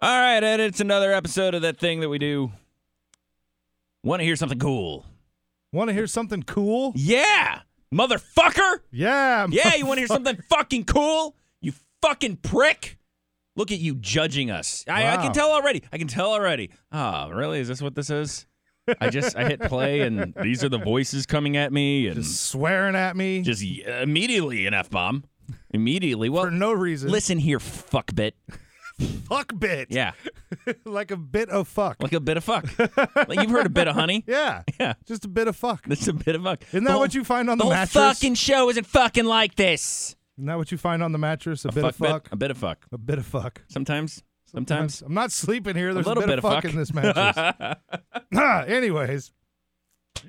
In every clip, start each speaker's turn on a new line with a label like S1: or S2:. S1: All right, Ed, it's another episode of that thing that we do. Want to hear something cool?
S2: Want to hear something cool?
S1: Yeah, motherfucker.
S2: Yeah.
S1: Yeah, you want to hear something fucking cool? You fucking prick. Look at you judging us. I, I
S2: Wow.
S1: can tell already. I can tell already. Ah, really? Is this what this is? I just I hit play and these are the voices coming at me and
S2: Just swearing at me
S1: just immediately an f bomb. Immediately.
S2: for
S1: Well,
S2: no reason.
S1: listen here, fuck bit.
S2: Fuck bit.
S1: Yeah,
S2: like a bit of fuck.
S1: like a bit of fuck. like you've heard a bit of honey.
S2: yeah.
S1: Yeah.
S2: Just a bit of fuck.
S1: That's a bit of fuck.
S2: Isn't
S1: The
S2: that
S1: whole-
S2: what you find on
S1: The
S2: the,
S1: whole
S2: mattress?
S1: fucking show isn't fucking like this.
S2: Isn't that what you find on the mattress? A, bit of
S1: bit-
S2: fuck.
S1: a bit of fuck.
S2: A bit of fuck.
S1: Sometimes, sometimes.
S2: I'm not sleeping here. There's a,
S1: little
S2: bit,
S1: bit
S2: of
S1: of
S2: fuck,
S1: fuck.
S2: in this mattress. Ah, Anyways, So-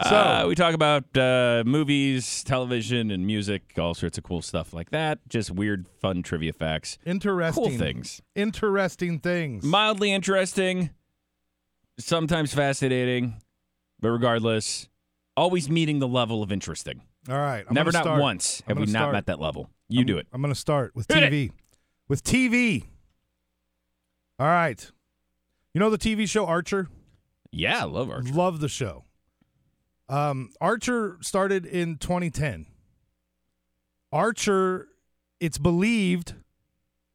S1: Uh, we talk about uh, movies, television, and music, all sorts of cool stuff like that. Just weird, fun trivia facts,
S2: interesting
S1: cool things,
S2: Interesting things.
S1: mildly interesting, sometimes fascinating, but regardless, always meeting the level of interesting.
S2: All right. I'm
S1: Never
S2: gonna
S1: not
S2: start.
S1: once
S2: I'm
S1: have we
S2: gonna
S1: not
S2: start.
S1: met that level. You do it.
S2: I'm going to start with
S1: Hit it.
S2: TV. With TV. All right. You know the TV show Archer?
S1: Yeah, I love Archer.
S2: Love the show. Um, Archer started in 2010. Archer, it's believed,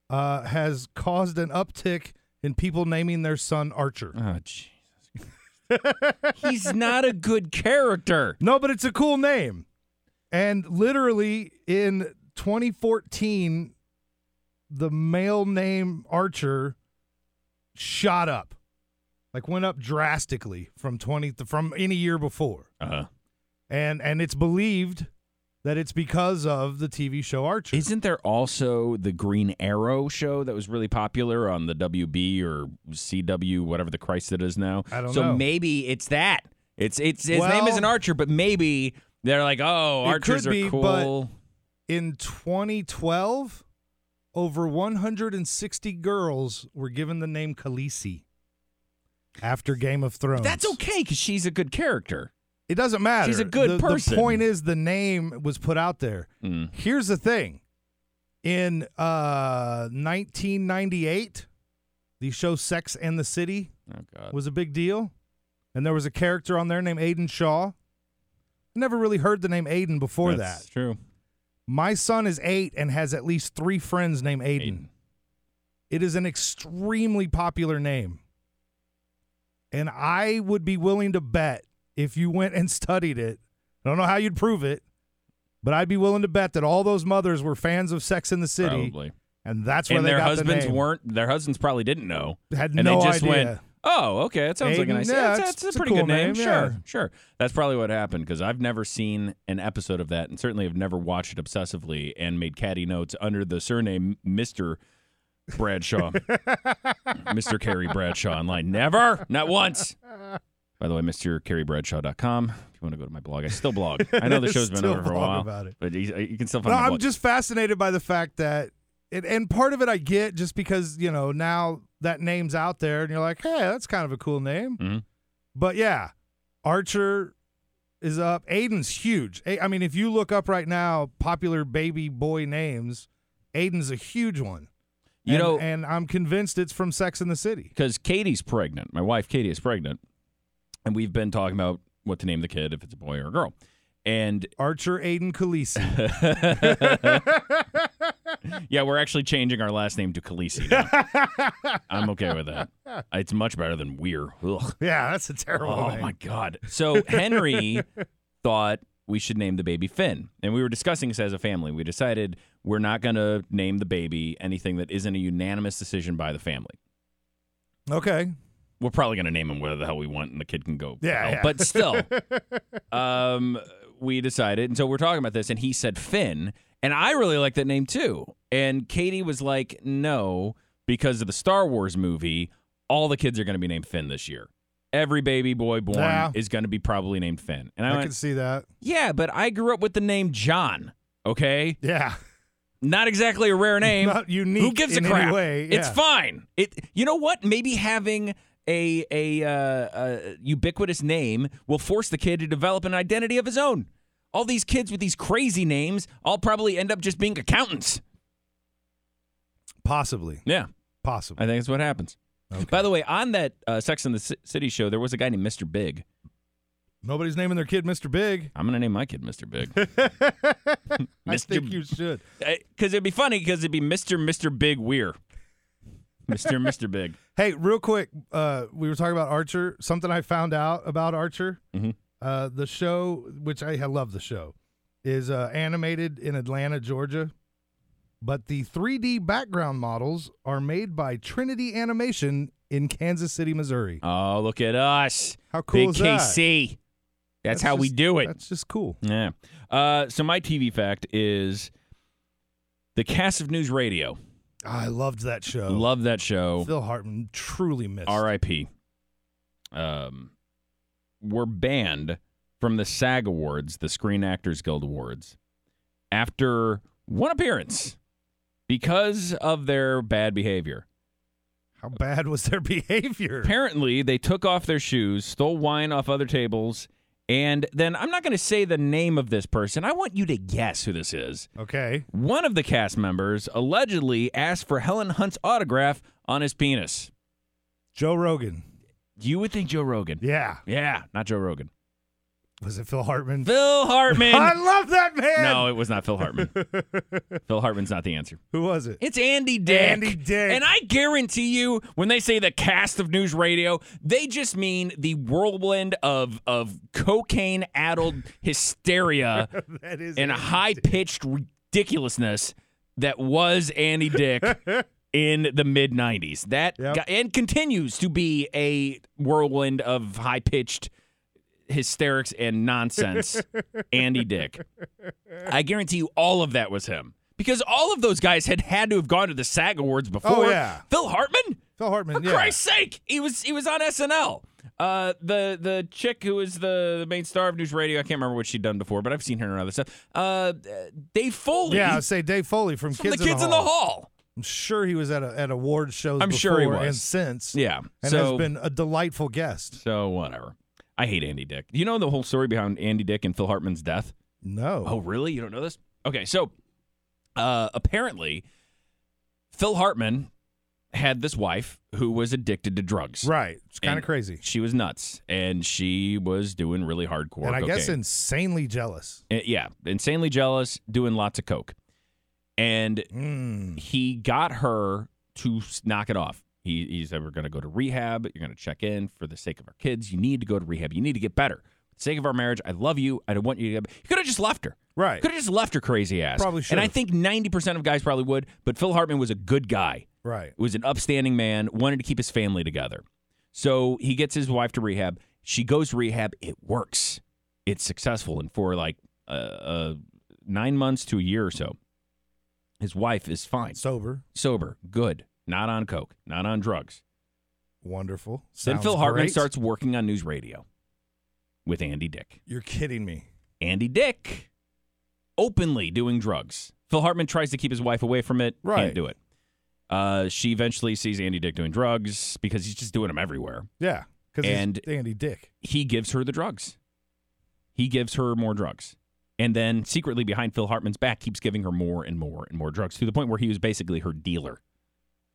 S2: uh, has caused an uptick in people naming their son Archer.
S1: Oh, Jesus. He's not a good character.
S2: No, but it's a cool name. And literally in 2014, the male name Archer shot up, like went up drastically from 20 from any year before.
S1: Uh-huh.
S2: And and it's believed that it's because of the TV show Archer.
S1: Isn't there also the Green Arrow show that was really popular on the WB or CW, whatever the Christ it is now?
S2: I don't
S1: so
S2: know.
S1: maybe it's that. It's it's his name
S2: Well-
S1: isn't Archer, but maybe they're like, oh,
S2: It
S1: archers
S2: could be,
S1: are cool.
S2: in 2012, over 160 girls were given the name Khaleesi after Game of Thrones.
S1: That's okay because she's a good character.
S2: It doesn't matter.
S1: She's a good
S2: the,
S1: person.
S2: The point is the name was put out there.
S1: Mm.
S2: Here's the thing. In uh 1998, the show Sex and the City
S1: Oh God.
S2: was a big deal. And there was a character on there named Aiden Shaw. Never really heard the name Aiden before
S1: That's
S2: that.
S1: true.
S2: My son is eight and has at least three friends named Aiden.
S1: Aiden.
S2: It is an extremely popular name. And I would be willing to bet if you went and studied it, I don't know how you'd prove it, but I'd be willing to bet that all those mothers were fans of Sex in the City.
S1: Probably.
S2: And that's where
S1: And
S2: they
S1: their
S2: got
S1: husbands
S2: the name.
S1: weren't. Their husbands probably didn't know.
S2: Had
S1: and
S2: no
S1: they just
S2: idea.
S1: went, "Oh, okay, that sounds like a
S2: Aiden,
S1: nice.
S2: yeah,
S1: that's,
S2: it's-
S1: that's a
S2: it's a
S1: pretty
S2: cool
S1: good name.
S2: name, yeah.
S1: Sure, sure. That's probably what happened because I've never seen an episode of that, and certainly have never watched it obsessively and made catty notes under the surname Mister Bradshaw, Mister Carrie Bradshaw online. Never, not once. By the way, MrCarrieBradshaw.com. If you want to go to my blog, I still blog. I know the show's been
S2: Still
S1: over for a
S2: blog
S1: while,
S2: about it.
S1: but you, you can still
S2: No,
S1: find. my
S2: I'm
S1: blog.
S2: just fascinated by the fact that, it, and part of it I get just because, you know, now that name's out there and you're like, hey, that's kind of a cool name.
S1: Mhm.
S2: But yeah, Archer is up. Aiden's huge. A- I mean, if you look up right now popular baby boy names, Aiden's a huge one.
S1: You
S2: And-
S1: know-
S2: and I'm convinced it's from Sex in the City.
S1: because Katie's pregnant. My wife Katie is pregnant, and we've been talking about what to name the kid if it's a boy or a girl. And
S2: Archer Aiden Khaleesi.
S1: yeah, we're actually changing our last name to Khaleesi. Now. I'm okay with that. It's much better than Weir. Ugh.
S2: yeah, that's a terrible
S1: Oh
S2: name.
S1: my god. So Henry thought we should name the baby Finn, and we were discussing this as a family. We decided we're not going to name the baby anything that isn't a unanimous decision by the family.
S2: Okay.
S1: we're probably going to name him whatever the hell we want, and the kid can go. to
S2: Yeah,
S1: hell.
S2: yeah.
S1: But still, um, we decided, and so we're talking about this, and he said Finn, and I really like that name too. And Katie was like, no, because of the Star Wars movie, all the kids are going to be named Finn this year. Every baby boy born
S2: Yeah.
S1: is going to be probably named Finn. And I,
S2: I
S1: went,
S2: can see that.
S1: yeah, but I grew up with the name John. Okay,
S2: Yeah.
S1: not exactly a rare name.
S2: Not unique.
S1: Who gives
S2: in
S1: a
S2: any
S1: crap?
S2: way.
S1: It's
S2: Yeah.
S1: fine. It. You know what? Maybe having a a, uh, a ubiquitous name will force the kid to develop an identity of his own. All these kids with these crazy names all probably end up just being accountants.
S2: Possibly.
S1: Yeah.
S2: Possibly.
S1: I think that's what happens.
S2: Okay.
S1: By the way, on that uh, Sex and the C- City show, there was a guy named Mr. Big.
S2: Nobody's naming their kid Mr. Big.
S1: I'm gonna name my kid Mr. Big Uh,
S2: I
S1: Mr.
S2: think you should.
S1: because it'd be funny because it'd be Mr. Mr. Big Weir, Mr. Mr. Big.
S2: Hey, real quick, uh, we were talking about Archer. Something I found out about Archer,
S1: Mhm.
S2: uh, the show, which I, I love the show, is uh, animated in Atlanta, Georgia, but the 3D background models are made by Trinity Animation in Kansas City, Missouri.
S1: Oh, look at us,
S2: How cool
S1: Big
S2: is that?
S1: KC. That's,
S2: That's
S1: how we
S2: just-
S1: do it.
S2: That's just cool.
S1: Yeah. Uh, so my TV fact is the cast of News Radio.
S2: I loved that show.
S1: Love that show.
S2: Phil Hartman truly missed.
S1: R.I.P. Um, were banned from the SAG Awards, the Screen Actors Guild Awards, after one appearance because of their bad behavior.
S2: How bad was their behavior?
S1: Apparently, they took off their shoes, stole wine off other tables, and then I'm not going to say the name of this person. I want you to guess who this is.
S2: Okay.
S1: One of the cast members allegedly asked for Helen Hunt's autograph on his penis.
S2: Joe Rogan.
S1: You would think Joe Rogan.
S2: Yeah.
S1: Yeah, not Joe Rogan.
S2: Was it Phil Hartman?
S1: Phil
S2: I
S1: Hartman.
S2: love that man.
S1: no, it was not Phil Hartman. Phil Hartman's not the answer.
S2: Who was it?
S1: It's Andy Dick.
S2: Andy Dick.
S1: And I guarantee you, when they say the cast of News Radio, they just mean the whirlwind of of cocaine addled hysteria
S2: that is
S1: and high pitched ridiculousness that was Andy Dick in the mid 90s. That
S2: Yep.
S1: guy- and continues to be a whirlwind of high pitched hysterics and nonsense. Andy Dick. I guarantee you all of that was him. Because all of those guys had had to have gone to the SAG Awards before.
S2: Oh, yeah.
S1: Phil Hartman?
S2: Phil Hartman.
S1: For
S2: yeah.
S1: Christ's sake, he was he was on SNL. Uh, the the chick who is the, the main star of News Radio, I can't remember what she'd done before, but I've seen her in other stuff. Uh, Dave Foley,
S2: Yeah, I would say Dave Foley from,
S1: from
S2: Kids,
S1: the Kids
S2: in, the Hall. I'm sure he was at a, at award shows.
S1: I'm sure he
S2: before
S1: was.
S2: and since.
S1: Yeah,
S2: and
S1: so
S2: has been a delightful guest.
S1: so whatever. I hate Andy Dick. You know the whole story behind Andy Dick and Phil Hartman's death.
S2: No.
S1: Oh, really? You don't know this? Okay, so uh, apparently, Phil Hartman had this wife who was addicted to drugs.
S2: right. It's kind
S1: And-
S2: of crazy,
S1: She was nuts, and she was doing really hardcore.
S2: and I guess
S1: cocaine.
S2: insanely jealous.
S1: Uh, yeah, insanely jealous, doing lots of coke, and
S2: Mm.
S1: he got her to s- knock it off. He, he said, We're going to go to rehab. You're going to check in for the sake of our kids. You need to go to rehab. You need to get better. For the sake of our marriage, I love you. I don't want you to get. You could have just left her.
S2: Right.
S1: Could have just left her crazy ass.
S2: Probably
S1: And I
S2: should've.
S1: think 90% of guys probably would, but Phil Hartman was a good guy,
S2: Right.
S1: was an upstanding man, wanted to keep his family together. So he gets his wife to rehab. She goes to rehab. It works. It's successful. And for like uh, uh, nine months to a year or so, his wife is fine
S2: Sober.
S1: sober, good, not on coke, not on drugs.
S2: Wonderful.
S1: then Phil
S2: Sounds
S1: Hartman
S2: great.
S1: starts working on news radio with Andy Dick.
S2: You're kidding me.
S1: Andy Dick openly doing drugs. Phil Hartman tries to keep his wife away from it, can't
S2: Right.
S1: do it. Uh, she eventually sees Andy Dick doing drugs because he's just doing them everywhere.
S2: Yeah. Because
S1: And-
S2: Andy Dick.
S1: He gives her the drugs. He gives her more drugs. And then secretly behind Phil Hartman's back keeps giving her more and more and more drugs to the point where he was basically her dealer.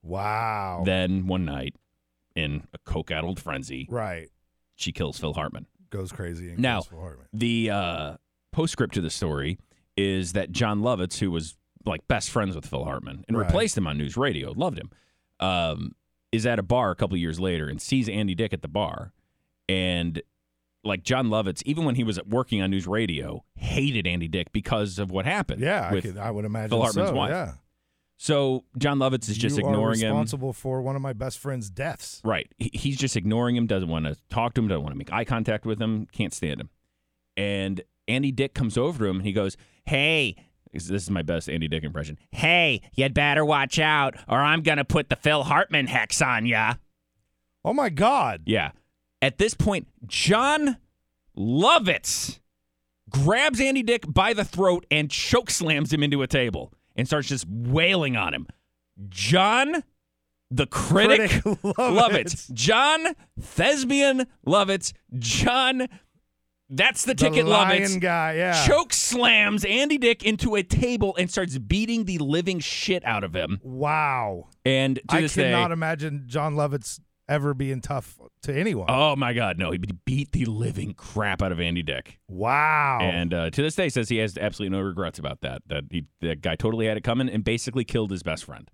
S2: Wow.
S1: Then one night in a coke-addled frenzy,
S2: right.
S1: she kills Phil Hartman.
S2: Goes crazy. And
S1: Now-
S2: kills Phil Hartman.
S1: The uh, postscript to the story is that John Lovitz, who was like best friends with Phil Hartman and
S2: Right.
S1: replaced him on news radio, loved him, um, is at a bar a couple years later and sees Andy Dick at the bar. And like John Lovitz, even when he was working on news radio, hated Andy Dick because of what happened.
S2: Yeah. I,
S1: with-
S2: could, I would imagine
S1: Phil Hartman's
S2: so,
S1: wife.
S2: Yeah.
S1: so John Lovitz is just
S2: you are
S1: ignoring him.
S2: responsible for one of my best friend's deaths.
S1: Right. He, he's just ignoring him, doesn't want to talk to him, doesn't want to make eye contact with him, can't stand him. And Andy Dick comes over to him and he goes, Hey, this this is my best Andy Dick impression. Hey, you'd better watch out or I'm going to put the Phil Hartman hex on ya.
S2: Oh my God.
S1: Yeah. At this point, John Lovitz grabs Andy Dick by the throat and choke slams him into a table and starts just wailing on him. John, the critic,
S2: Critic Lovitz.
S1: Lovitz. John Thespian Lovitz. John That's the,
S2: The
S1: ticket,
S2: lion
S1: Lovitz.
S2: guy, yeah.
S1: Choke slams Andy Dick into a table and starts beating the living shit out of him.
S2: Wow.
S1: And to
S2: I
S1: this
S2: cannot
S1: day,
S2: imagine John Lovitz ever being tough to anyone.
S1: oh my god, no, he beat the living crap out of Andy Dick.
S2: wow.
S1: And uh, to this day, says he has absolutely no regrets about that. That he, that guy totally had it coming and basically killed his best friend.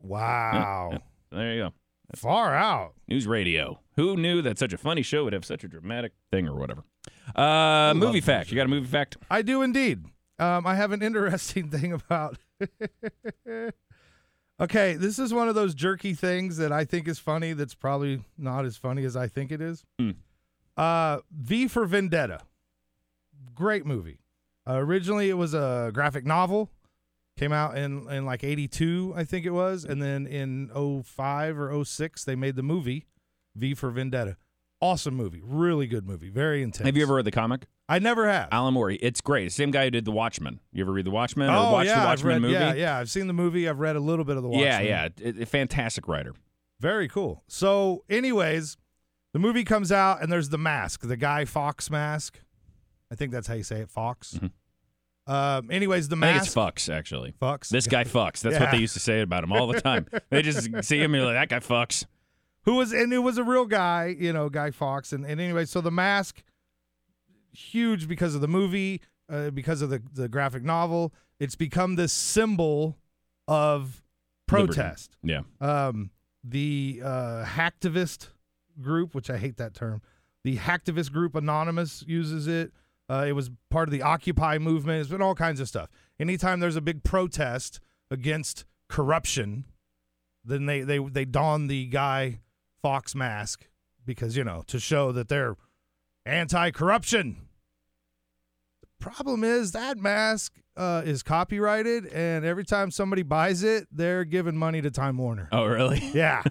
S2: wow.
S1: There you go.
S2: Far out.
S1: News radio. Who knew that such a funny show would have such a dramatic thing or whatever? Uh, movie
S2: news
S1: fact. You got a movie fact?
S2: I do indeed. Um, I have an interesting thing about. okay, this is one of those jerky things that I think is funny. That's probably not as funny as I think it is.
S1: Hmm.
S2: Uh, v for Vendetta, great movie. Uh, originally, it was a graphic novel. Came out in, in like 82, I think it was. And then in 05 or 06, they made the movie V for Vendetta. Awesome movie. Really good movie. Very intense.
S1: Have you ever read the comic?
S2: I never have.
S1: Alan Moore. It's great. Same guy who did The Watchmen. You ever read The Watchmen or watch The
S2: I've
S1: Watchmen
S2: read-
S1: movie?
S2: Oh, Yeah, yeah. I've seen the movie. I've read a little bit of the Watchmen.
S1: Yeah, yeah. It- it- fantastic writer.
S2: Very cool. So, anyways, the movie comes out and there's the mask, the Guy Fox mask. I think that's how you say it, Fox. Um, anyways, the
S1: Mm-hmm. I think it's
S2: mask.
S1: fucks, actually.
S2: Fox.
S1: This guy fucks. That's what
S2: Yeah.
S1: they used to say about him all the time. they just see him and you're like, that guy fucks.
S2: who was and it was a real guy, you know, Guy Fox, and, and anyway, so the mask huge because of the movie, uh, because of the the graphic novel. It's become this symbol of
S1: Liberty.
S2: protest.
S1: Yeah.
S2: Um, the uh, hacktivist group, which I hate that term, the hacktivist group Anonymous uses it. Uh, it was part of the Occupy movement. It's been all kinds of stuff. Anytime there's a big protest against corruption, then they they they don the guy Fox mask because you know to show that they're anti-corruption. The problem is that mask uh, is copyrighted, and every time somebody buys it, they're giving money to Time Warner.
S1: Oh, really?
S2: Yeah.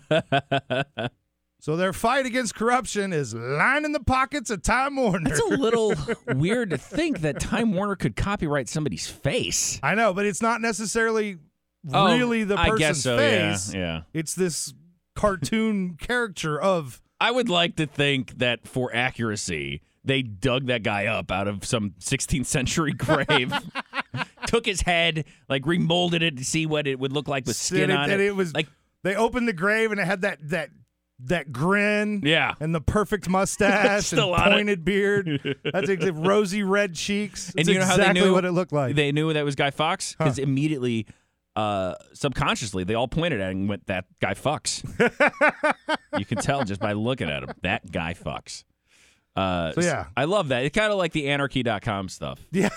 S2: So their fight against corruption is lining the pockets of Time Warner.
S1: That's a little weird to think that Time Warner could copyright somebody's face.
S2: I know, but it's not necessarily really the
S1: Oh, I
S2: person's
S1: guess so. yeah,
S2: face.
S1: Yeah,
S2: It's this cartoon character of
S1: I would like to think that for accuracy, they dug that guy up out of some 16th century grave, took his head, like remolded it to see what it would look like with skin
S2: and it,
S1: on
S2: and
S1: it.
S2: it was
S1: like,
S2: they opened the grave and it had that that that grin
S1: yeah.
S2: and the perfect mustache and
S1: Still on it.
S2: pointed beard. That's exactly rosy red cheeks.
S1: And
S2: That's
S1: you know how
S2: exactly
S1: they knew-
S2: what it looked like.
S1: They knew that was Guy Fox because immediately, uh, subconsciously, they all pointed at him and went, "That guy fucks." you can tell just by looking at him. That guy fucks. Uh,
S2: So, yeah.
S1: I love that. It's kind of like the Anarchy.com stuff.
S2: Yeah.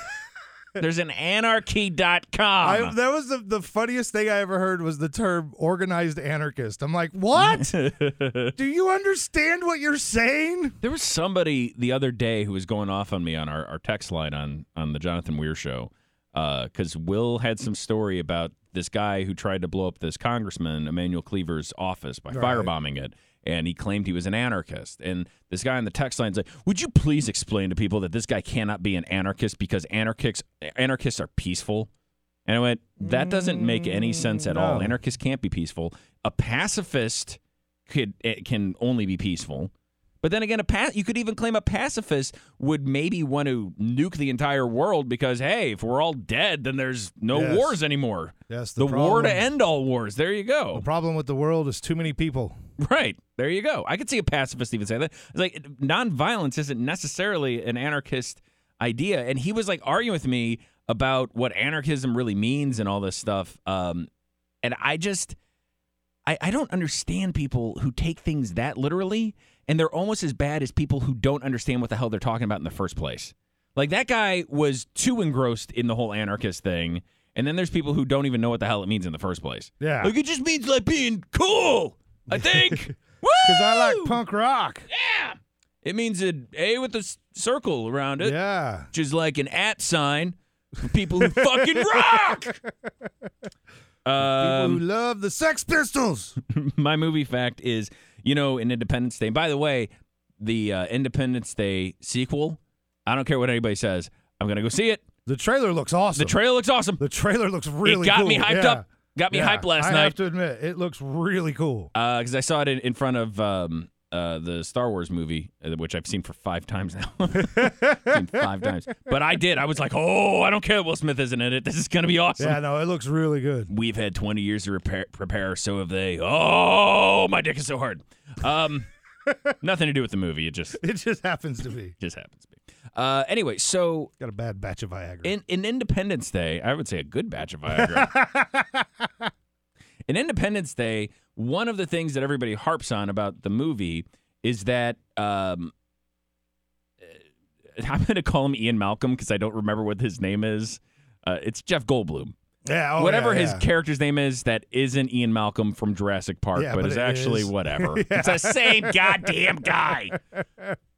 S1: there's an Anarchy.com.
S2: I, that was the, the funniest thing I ever heard was the term organized anarchist. I'm like, what? Do you understand what you're saying?
S1: There was somebody the other day who was going off on me on our, our text line on on the Jonathan Weir show because Will had some story about this guy who tried to blow up this congressman Emmanuel Cleaver's office by
S2: Right.
S1: firebombing it, and he claimed he was an anarchist. And this guy on the text line's like, "Would you please explain to people that this guy cannot be an anarchist because anarchists anarchists are peaceful?" And I went, "That doesn't make any sense at all.
S2: Mm, no.
S1: Anarchists can't be peaceful. A pacifist could it can only be peaceful." But then again, a pa- you could even claim a pacifist would maybe want to nuke the entire world because hey, if we're all dead, then there's no
S2: Yes.
S1: wars anymore.
S2: Yes,
S1: The, war to end all wars. There you
S2: The
S1: go.
S2: problem with the world is too many people.
S1: Right. There you go. I could see a pacifist even say that. It's like nonviolence isn't necessarily an anarchist idea. And he was like arguing with me about what anarchism really means and all this stuff. Um, and I just, I, I don't understand people who take things that literally, and they're almost as bad as people who don't understand what the hell they're talking about in the first place. Like that guy was too engrossed in the whole anarchist thing, and then there's people who don't even know what the hell it means in the first place.
S2: Yeah.
S1: like it just means like being cool. I think. Woo!
S2: Because I like punk rock.
S1: Yeah, it means an A with a s- circle around it,
S2: Yeah.
S1: which is like an at sign for people who fucking rock. Um,
S2: people who love the Sex Pistols.
S1: my movie fact is, you know, in Independence Day. By the way, the uh, Independence Day sequel. I don't care what anybody says. I'm gonna go see it.
S2: The trailer looks awesome.
S1: The trailer looks awesome.
S2: The trailer looks really
S1: it got
S2: cool.
S1: me hyped
S2: Yeah.
S1: up. Got me
S2: Yeah.
S1: hyped last
S2: I
S1: night Uh,
S2: have to admit, it looks really cool.
S1: because I saw it in, in front of um, uh, the Star Wars movie, uh, which I've seen for five times now. Seen five times. But I did. I was like, oh, I don't care. Will Smith isn't in it. This is going to be awesome.
S2: Yeah, no, it looks really good.
S1: We've had 20 years to repair, prepare, so have they. Oh, my dick is so hard. Um, nothing to do with the movie. It just
S2: It just happens to be.
S1: just happens to be. Uh, anyway, so
S2: Got a bad batch of Viagra.
S1: in, in Independence Day, I would say a good batch of Viagra. in Independence Day, one of the things that everybody harps on about the movie is that um, uh, I'm going to call him Ian Malcolm because I don't remember what his name is. Uh, it's Jeff Goldblum.
S2: yeah, oh,
S1: whatever
S2: yeah,
S1: his
S2: yeah.
S1: character's name is, that isn't Ian Malcolm from Jurassic Park,
S2: Yeah,
S1: but,
S2: but
S1: is
S2: it
S1: actually
S2: is.
S1: whatever. It's the same goddamn guy,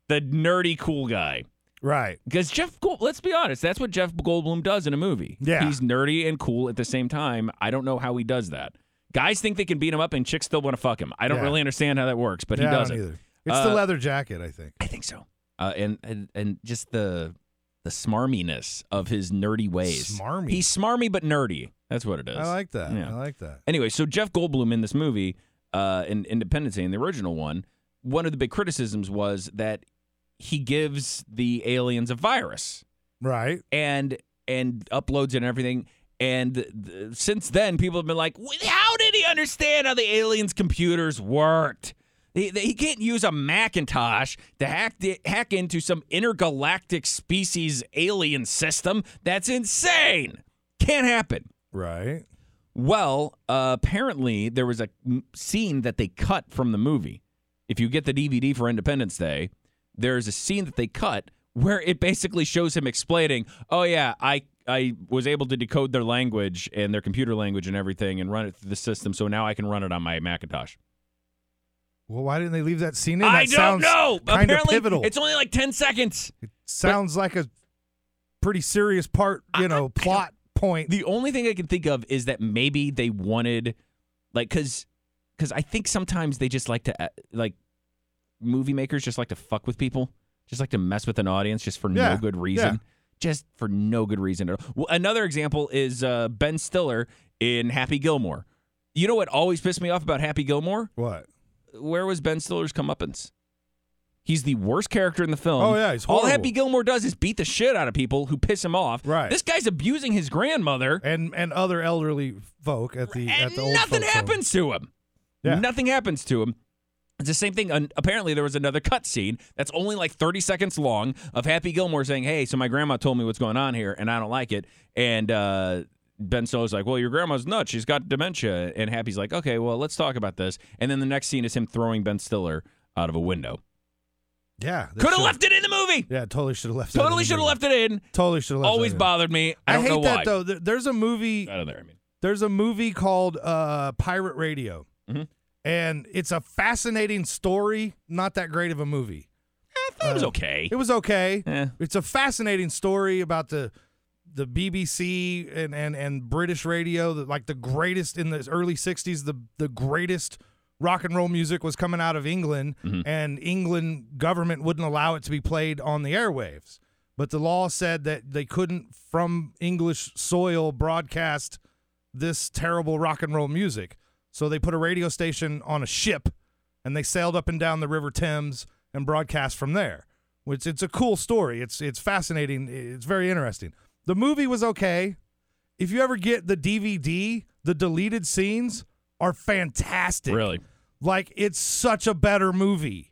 S1: the nerdy cool guy.
S2: right.
S1: Because Jeff, Gold, let's be honest, that's what Jeff Goldblum does in a movie.
S2: Yeah.
S1: he's nerdy and cool at the same time. I don't know how he does that. Guys think they can beat him up, and chicks still want to fuck him. I don't
S2: Yeah.
S1: really understand how that works, but he
S2: Yeah, I don't
S1: does it.
S2: either. It's
S1: Uh,
S2: the leather jacket, I think.
S1: I think so. Uh, and and and just the the smarminess of his nerdy ways.
S2: Smarmy.
S1: He's smarmy but nerdy. That's what it is.
S2: I like that.
S1: Yeah.
S2: I like that.
S1: Anyway, so Jeff Goldblum in this movie, uh, in Independence Day, in the original one, one of the big criticisms was that he gives the aliens a virus
S2: Right.
S1: and and uploads it and everything. And th- since then, people have been like, "Wh- "How did he understand how the aliens' computers worked?" He, he can't use a Macintosh to hack the, hack into some intergalactic species alien system. That's insane. Can't happen.
S2: Right.
S1: Well, uh, apparently there was a m- scene that they cut from the movie. If you get the DVD for Independence Day, there's a scene that they cut where it basically shows him explaining, "Oh yeah, I I was able to decode their language and their computer language and everything and run it through the system, so now I can run it on my Macintosh."
S2: Well, why didn't they leave that scene in? That
S1: I don't
S2: sounds,
S1: know.
S2: kinda
S1: Apparently,
S2: pivotal.
S1: it's only like 10 seconds.
S2: Sounds like a pretty serious part, you
S1: I-
S2: know,
S1: I- I
S2: plot point.
S1: The only thing I can think of is that maybe they wanted, like, cause, cause I think sometimes they just like to, uh, like, movie makers just like to fuck with people, just like to mess with an audience just for
S2: Yeah,
S1: no good
S2: yeah.
S1: reason, just for no good reason at all. Well, another example is uh, Ben Stiller in Happy Gilmore. You know what always pissed me off about Happy Gilmore?
S2: what?
S1: Where was Ben Stiller's comeuppance? He's the worst character in the film.
S2: Oh, yeah, he's
S1: all
S2: horrible.
S1: Happy Gilmore does is beat the shit out of people who piss him off.
S2: Right.
S1: This guy's abusing his grandmother
S2: And and other elderly folk at the
S1: and
S2: at the old
S1: nothing
S2: folks' home.
S1: happens to him.
S2: Yeah.
S1: Nothing happens to him. It's the same thing. an- Apparently, there was another cut scene that's only like 30 seconds long of Happy Gilmore saying, "Hey, so my grandma told me what's going on here, and I don't like it." And uh, Ben Stiller's like, "Well, your grandma's nuts. She's got dementia." And Happy's like, "Okay, well, let's talk about this." And then the next scene is him throwing Ben Stiller out of a window.
S2: Yeah. they
S1: Could have
S2: should-
S1: left it in the movie.
S2: Yeah, totally should have left. that in
S1: Totally
S2: the
S1: should have
S2: movie.
S1: left it in.
S2: Totally should have left.
S1: Always
S2: that in.
S1: bothered me. I
S2: I,
S1: don't
S2: hate
S1: know
S2: that
S1: why.
S2: though. Uh, There- There's a movie.
S1: Out of there, I mean.
S2: There's a movie called uh, Pirate Radio,
S1: Mhm.
S2: and it's a fascinating story. Not that great of a movie.
S1: I thought it was okay.
S2: It was okay.
S1: Eh.
S2: It's a fascinating story about the the BBC and and and British radio, the, like the greatest in the early '60s. The the greatest rock and roll music was coming out of England, and England government wouldn't allow it to be played on the airwaves. But the law said that they couldn't, from English soil, broadcast this terrible rock and roll music. So they put a radio station on a ship and they sailed up and down the River Thames and broadcast from there. Which it's a cool story. It's it's fascinating. It's very interesting. The movie was okay. If you ever get the DVD, the deleted scenes are fantastic.
S1: Really.
S2: Like it's such a better movie.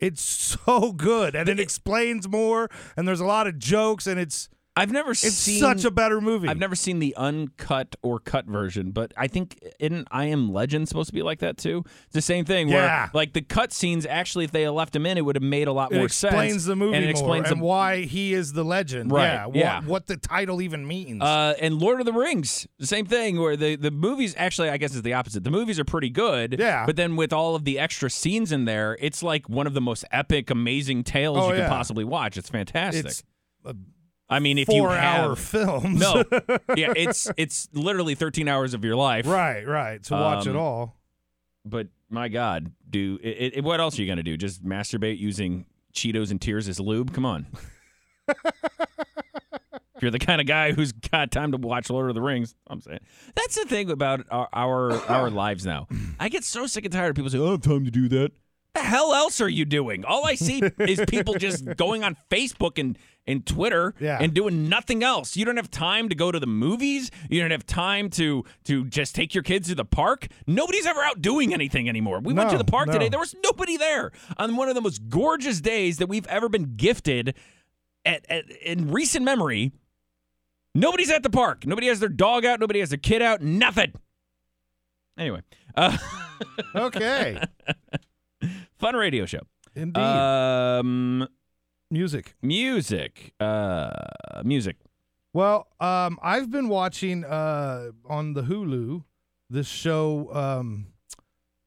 S2: It's so good and it explains more and there's a lot of jokes and it's
S1: I've never
S2: it's
S1: seen
S2: such a better movie.
S1: I've never seen the uncut or cut version, but I think in I Am Legend supposed to be like that too. It's the same thing
S2: Yeah.
S1: where like the cut scenes actually if they had left them in it would have made a lot
S2: it
S1: more sense.
S2: explains the movie
S1: and it
S2: more
S1: explains
S2: and
S1: the,
S2: why he is the legend.
S1: Right,
S2: Yeah. What,
S1: yeah.
S2: what the title even means.
S1: uh, and Lord of the Rings, the same thing where the, the movies actually I guess is the opposite. The movies are pretty good,
S2: Yeah.
S1: But then with all of the extra scenes in there, it's like one of the most epic, amazing tales
S2: Oh,
S1: you
S2: yeah.
S1: could possibly watch. It's fantastic.
S2: it's
S1: I mean, if you
S2: four
S1: have
S2: hour films.
S1: no, yeah, it's it's literally thirteen hours of your life,
S2: right, right. To watch it
S1: Um,
S2: all.
S1: but my God, do it, it, what else are you gonna do? Just masturbate using Cheetos and tears as lube? Come on. if you're the kind of guy who's got time to watch Lord of the Rings, I'm saying that's the thing about our our, our lives now. I get so sick and tired of people saying, "I don't have time to do that." the hell else are you doing? All I see is people just going on Facebook and, and Twitter
S2: Yeah.
S1: and doing nothing else. You don't have time to go to the movies. You don't have time to to just take your kids to the park. Nobody's ever out doing anything anymore. We went to
S2: No,
S1: the park
S2: no.
S1: today. There was nobody there on one of the most gorgeous days that we've ever been gifted at, at in recent memory. Nobody's at the park. Nobody has their dog out. Nobody has their kid out. Nothing. Anyway, uh,
S2: Okay.
S1: fun radio show.
S2: Indeed.
S1: Uh, Um,
S2: Music.
S1: music. Uh, music.
S2: Well, um, I've been watching uh, on the Hulu this show, um,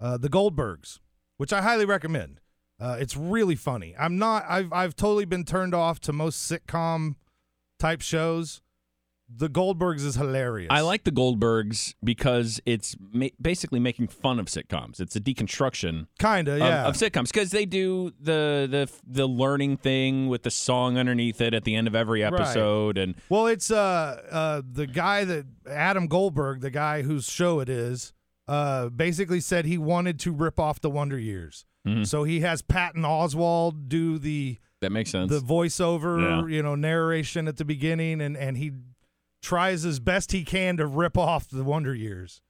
S2: uh, The Goldbergs, which I highly recommend. Uh, it's really funny. I'm not. I've I've totally been turned off to most sitcom type shows. The Goldbergs is hilarious.
S1: I like the Goldbergs because it's ma- basically making fun of sitcoms. It's a deconstruction
S2: kinda
S1: of,
S2: yeah.
S1: of sitcoms because they do the the the learning thing with the song underneath it at the end of every
S2: Right.
S1: episode, and
S2: Well, it's uh uh the guy that Adam Goldberg, the guy whose show it is, uh basically said he wanted to rip off the Wonder Years.
S1: Mhm.
S2: So he has Patton Oswald do the
S1: that makes sense.
S2: the voiceover,
S1: Yeah.
S2: you know, narration at the beginning and and he tries as best he can to rip off the Wonder Years.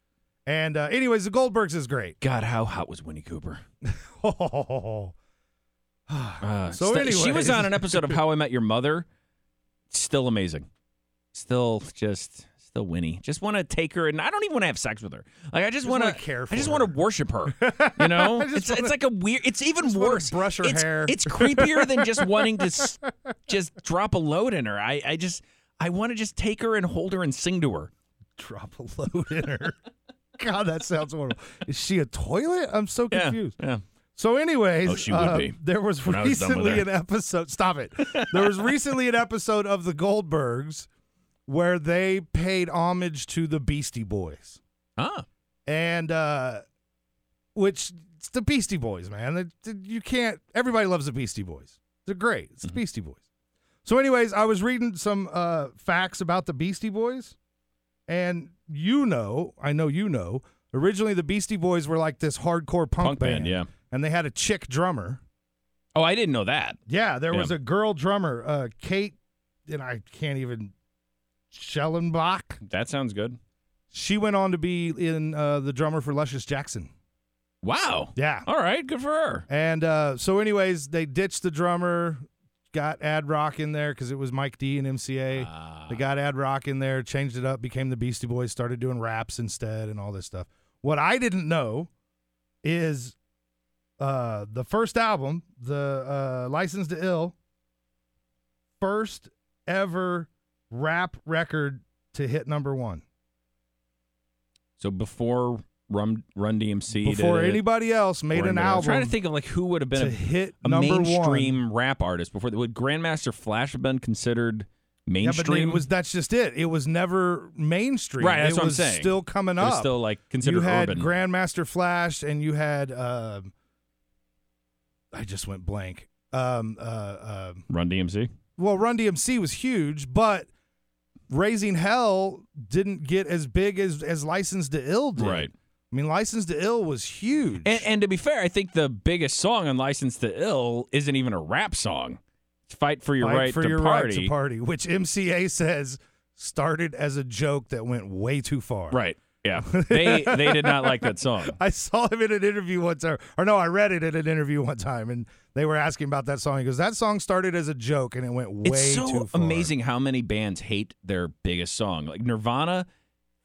S2: And uh anyways, the Goldbergs is great.
S1: God, how hot was Winnie Cooper? Uh,
S2: So
S1: st- she was
S2: anyways.
S1: on an episode of How I Met Your Mother. Still amazing. Still just still Winnie. Just want to take her and I don't even want to have sex with her. Like I just,
S2: Just
S1: want to
S2: wanna care
S1: I just
S2: for
S1: want
S2: her.
S1: to worship her. You know?
S2: I just
S1: it's
S2: wanna-
S1: it's like a weird it's even
S2: just wanna
S1: worse.
S2: brush her
S1: it's,
S2: hair.
S1: It's creepier than just wanting to s- just drop a load in her. I I just I want to just take her and hold her and sing to her.
S2: drop a load in her. God, that sounds horrible. Is she a toilet? I'm so
S1: Yeah.
S2: confused.
S1: Yeah.
S2: So, anyways,
S1: Oh, she would
S2: uh,
S1: be.
S2: There was
S1: When I was done with
S2: recently an
S1: her.
S2: episode. Stop it. There was recently an episode of the Goldbergs where they paid homage to the Beastie Boys,
S1: Huh.
S2: and uh, which it's the Beastie Boys, man. It- it- You can't. Everybody loves the Beastie Boys. They're great. It's the Beastie Boys. So, anyways, I was reading some uh, facts about the Beastie Boys, and you know, I know you know. Originally, the Beastie Boys were like this hardcore punk,
S1: Punk band, yeah.
S2: and they had a chick drummer.
S1: Oh, I didn't know that.
S2: Yeah, there was
S1: Yeah.
S2: a girl drummer, uh, Kate, and I can't even Schellenbach.
S1: That sounds good.
S2: She went on to be in uh, the drummer for Luscious Jackson.
S1: Wow.
S2: Yeah,
S1: All right, good for her.
S2: and uh, so, anyways, they ditched the drummer, got Ad Rock in there because it was Mike D and MCA.
S1: Ah.
S2: They got Ad Rock in there, changed it up, became the Beastie Boys, started doing raps instead, and all this stuff. What I didn't know is uh, the first album, the uh, License to Ill, first ever rap record to hit number one.
S1: So before Rum, Run DMC,
S2: Before
S1: did it,
S2: anybody else made
S1: Run
S2: an
S1: did it. I'm
S2: album
S1: trying to think of like who would have
S2: to
S1: been a,
S2: hit
S1: a
S2: number one.
S1: mainstream rap artist before. Would Grandmaster Flash have been considered
S2: Yeah, but
S1: mainstream?
S2: it was that's just it. It was never mainstream.
S1: Right, that's
S2: it
S1: what I'm
S2: was
S1: saying.
S2: Still coming
S1: It was
S2: up.
S1: still like considered
S2: you had
S1: urban.
S2: Grandmaster Flash, and you had um, I just went blank. Um, uh, um
S1: Run DMC.
S2: well, Run DMC was huge, but Raising Hell didn't get as big as as License to Ill did.
S1: Right.
S2: I mean, License to Ill was huge.
S1: And, and to be fair, I think the biggest song on License to Ill isn't even a rap song. It's Fight for Your
S2: Fight
S1: Right
S2: for
S1: to
S2: your
S1: Party.
S2: right to party, which MCA says started as a joke that went way too far.
S1: Right. Yeah. They they did not like that song.
S2: I saw him in an interview one time, or no, I read it in an interview one time, and they were asking about that song. He goes, "That song started as a joke, and it went way
S1: it's
S2: too
S1: so
S2: far."
S1: amazing how many bands hate their biggest song. Like Nirvana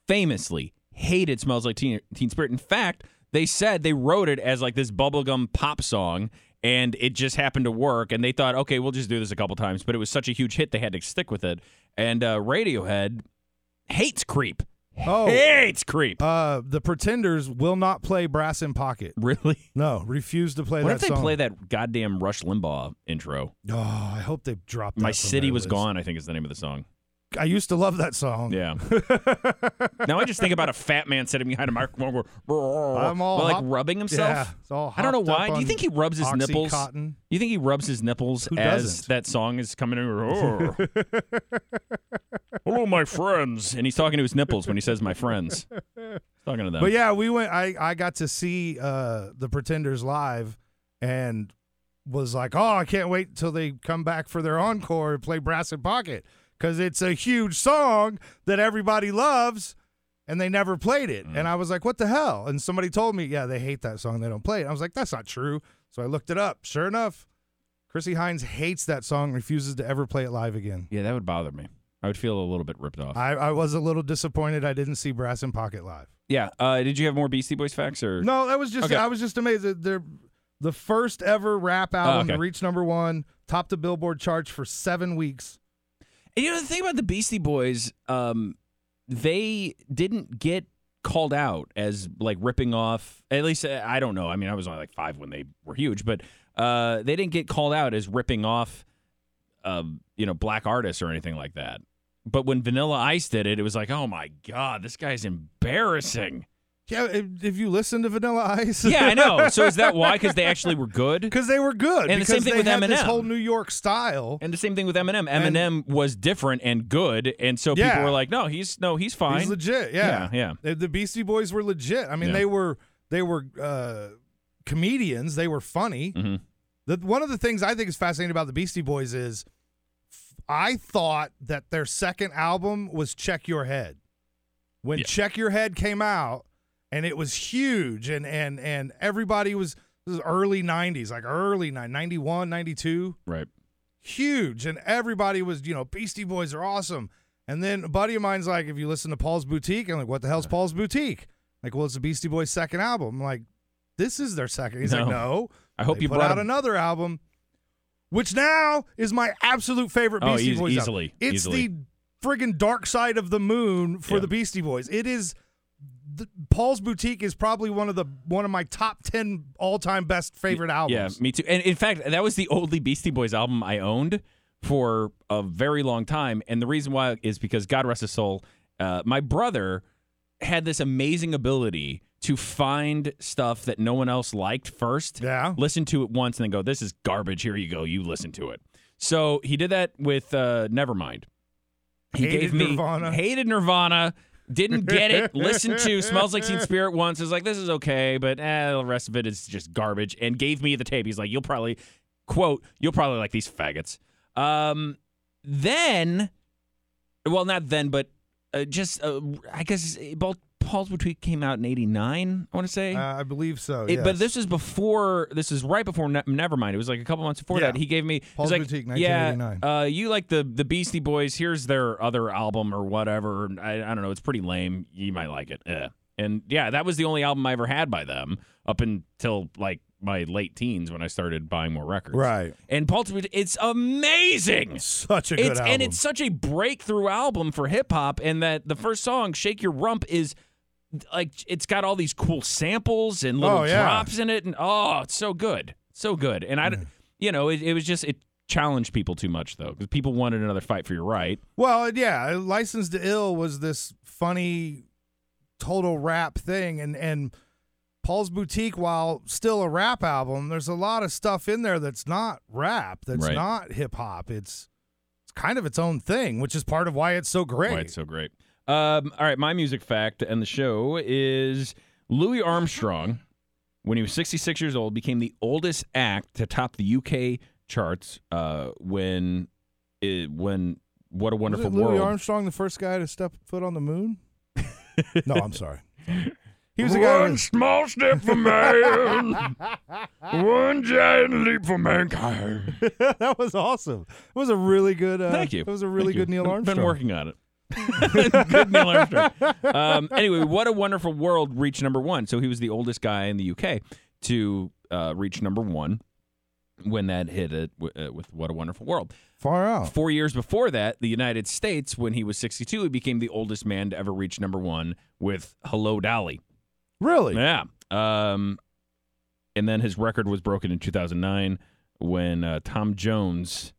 S1: famously hated Smells Like Teen, Teen Spirit. In fact, they said they wrote it as like this bubblegum pop song and it just happened to work and they thought, "Okay, we'll just do this a couple times." But it was such a huge hit they had to stick with it. And uh, Radiohead hates Creep.
S2: Oh.
S1: Hates Creep.
S2: Uh, the Pretenders will not play "Brass in Pocket."
S1: really?
S2: No, refuse to play
S1: What
S2: that
S1: if they
S2: song.
S1: play that goddamn Rush Limbaugh intro?
S2: Oh, I hope they dropped.
S1: My
S2: that from
S1: City
S2: their
S1: Was
S2: list.
S1: Gone, I think is the name of the song.
S2: I used to love that song.
S1: Yeah. now I just think about a fat man sitting behind a microphone, going,
S2: I'm all
S1: while, like
S2: hop-
S1: rubbing
S2: yeah.
S1: himself.
S2: It's all
S1: I don't know
S2: hopped up
S1: why. Do you
S2: on
S1: think he rubs his nipples?
S2: Oxycontin.
S1: You think he rubs his nipples
S2: Who
S1: as
S2: doesn't?
S1: that song is coming in? "Oh." Hello, my friends, and he's talking to his nipples when he says "my friends." He's talking to them.
S2: But yeah, we went. I I got to see uh the Pretenders live, and was like, "Oh, I can't wait till they come back for their encore and play Brass and Pocket because it's a huge song that everybody loves." And they never played it. And I was like, what the hell? And somebody told me, yeah, they hate that song. They don't play it. I was like, that's not true. So I looked it up. Sure enough, Chrissy Hines hates that song, refuses to ever play it live again.
S1: Yeah, that would bother me. I would feel a little bit ripped off.
S2: I, I was a little disappointed I didn't see Brass and Pocket live.
S1: yeah. Uh, did you have more Beastie Boys facts or
S2: No, that was just
S1: Okay.
S2: I was just amazed that they're the first ever rap album
S1: Oh, okay.
S2: to reach number one, topped the Billboard charts for seven weeks.
S1: You know the thing about the Beastie Boys, um, they didn't get called out as like ripping off. At least uh, I don't know. I mean, I was only like five when they were huge, but uh, they didn't get called out as ripping off, um, you know, black artists or anything like that. But when Vanilla Ice did it, it was like, oh my god, this guy's embarrassing.
S2: Yeah, if, if you listen to Vanilla Ice,
S1: yeah, I know. So is that why? Because they actually were good.
S2: because they were good.
S1: And the
S2: because
S1: same thing
S2: they
S1: with
S2: had this
S1: Eminem.
S2: whole New York style.
S1: And the same thing with Eminem.
S2: And-
S1: Eminem was different and good, and so people
S2: Yeah.
S1: were like, no, he's no, he's fine.
S2: He's legit. Yeah.
S1: yeah. yeah.
S2: The, the Beastie Boys were legit. I mean,
S1: Yeah.
S2: they were they were uh, comedians. They were funny.
S1: Mhm.
S2: The, one of the things I think is fascinating about the Beastie Boys is f- I thought that their second album was Check Your Head. When
S1: Yeah.
S2: Check Your Head came out, and it was huge, and and and everybody was this was early '90s, like early '90s, '91, '92
S1: Right.
S2: huge and everybody was you know beastie boys are awesome and then a buddy of mine's like if you listen to paul's boutique i'm like what the hell's paul's boutique like well it's the beastie boys second album i'm like this is their second he's like
S1: No.
S2: no
S1: I hope
S2: They
S1: you
S2: put
S1: brought
S2: out
S1: a-
S2: another album which now is my absolute favorite
S1: Oh,
S2: beastie
S1: eas-
S2: boys album.
S1: easily,
S2: it's
S1: easily.
S2: the friggin dark side of the moon for
S1: Yeah.
S2: the beastie boys it is the, paul's boutique is probably one of the one of my top 10 all-time best favorite
S1: Yeah,
S2: albums
S1: me too. And in fact, that was the only Beastie Boys album I owned for a very long time. And the reason why is because God rest his soul, uh, my brother had this amazing ability to find stuff that no one else liked first,
S2: yeah
S1: listen to it once, and then go, "This is garbage." Here you go. You listen to it. So he did that with uh, Nevermind. He
S2: Hated
S1: gave me
S2: Nirvana.
S1: hated Nirvana. Didn't get it. listened to Smells Like Teen Spirit once. Is like this is okay, but eh, the rest of it is just garbage. And gave me the tape. He's like, you'll probably quote, you'll probably like these faggots. Um, then, well, not then, but uh, just uh, I guess Paul, Paul's Boutique came out in '89. I want to say.
S2: uh, i believe so
S1: It- But
S2: yes.
S1: this is before. This is right before. Ne- Nevermind. It was like a couple months before
S2: Yeah.
S1: that. He gave me. he was
S2: Paul's
S1: like,
S2: Boutique,
S1: yeah.
S2: 1989.
S1: Uh, you like the the Beastie Boys? Here's their other album or whatever. I, I don't know. It's pretty lame. You might like it. Eh. And yeah, that was the only album I ever had by them up until like my late teens when I started buying more records.
S2: Right.
S1: And Paul's Boutique. It's amazing.
S2: Such a good
S1: It's
S2: album.
S1: and it's such a breakthrough album for hip hop, and that the first song, "Shake Your Rump," is like it's got all these cool samples and little
S2: Oh, yeah.
S1: drops in it, and oh, it's so good, so good. And I,
S2: Mm.
S1: d- you know, it, it was just it challenged people too much though, because people wanted another fight for your right.
S2: well, yeah, License to Ill was this funny total rap thing and and Paul's Boutique while still a rap album, there's a lot of stuff in there that's not rap, that's
S1: Right.
S2: not hip hop. It's it's kind of its own thing, which is part of why it's so great.
S1: Why it's so great. Um, all right, my music fact to end the show is Louis Armstrong, when he was 66 years old, became the oldest act to top the UK charts. Uh, when, it, when What a
S2: Was
S1: Wonderful
S2: it Louis
S1: World.
S2: Armstrong the first guy to step foot on the moon? no, I'm sorry. He was a guy who-
S1: small step for man, one giant leap for mankind.
S2: that was awesome. It was a really good uh,
S1: Thank you.
S2: It was a really
S1: Thank you.
S2: good Neil
S1: Been-
S2: Armstrong.
S1: Been working on it. good Neil Armstrong. Um, anyway, what a wonderful world reached number one. So he was the oldest guy in the UK to uh, reach number one when that hit it w- uh, with "What a Wonderful World."
S2: Far out.
S1: Four years before that, the United States, when he was 62, he became the oldest man to ever reach number one with "Hello, Dolly."
S2: Really?
S1: Yeah. Um, and then his record was broken in 2009 when uh, Tom Jones,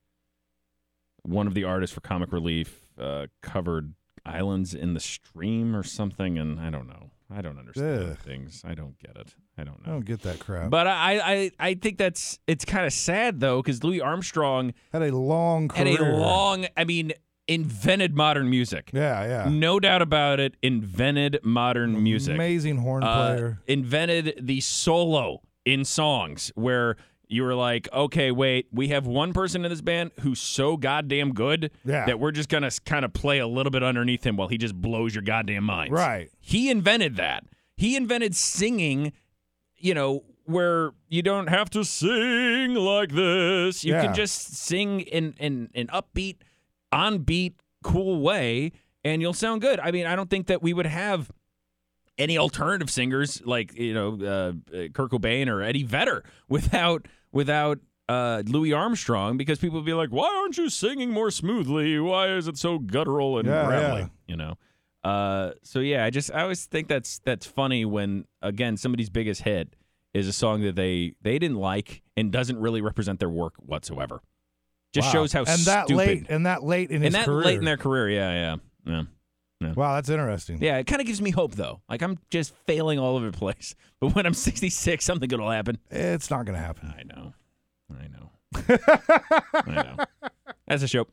S1: one of the artists for Comic Relief, uh, covered "Islands in the Stream" or something, and I don't know. I don't understand
S2: Ugh. Oh.
S1: things. I don't get it. I don't
S2: I
S1: know.
S2: don't get that crap.
S1: But I, I, I think that's it's kind of sad though because Louis Armstrong
S2: had a long
S1: had
S2: career.
S1: a long, I mean, invented modern music.
S2: Yeah, yeah.
S1: No doubt about it. Invented modern music
S2: Amazing horn
S1: uh,
S2: player.
S1: invented the solo in songs where you were like, okay, wait, we have one person in this band who's so goddamn good
S2: Yeah.
S1: that we're just gonna kind of play a little bit underneath him while he just blows your goddamn mind.
S2: Right.
S1: He invented that. He invented singing, you know, where you don't have to sing like this. You
S2: Yeah.
S1: can just sing in in an upbeat, on beat, cool way, and you'll sound good. I mean, I don't think that we would have any alternative singers like you know uh, uh, Kurt Cobain or Eddie Vedder without without uh, Louis Armstrong because people would be like, why aren't you singing more smoothly? Why is it so guttural and
S2: Yeah,
S1: gravelly?
S2: yeah.
S1: You know. Uh, so yeah, I just I always think that's that's funny when again somebody's biggest hit is a song that they they didn't like and doesn't really represent their work whatsoever. Just
S2: Wow.
S1: shows how
S2: and that
S1: stupid
S2: late and that late in his
S1: and that
S2: career.
S1: late in their career. Yeah, yeah, yeah.
S2: wow, that's interesting.
S1: Yeah, it kind of gives me hope though. Like I'm just failing all over the place, but when I'm 66, something good will happen.
S2: It's not gonna happen.
S1: I know, I know, I know. That's a show.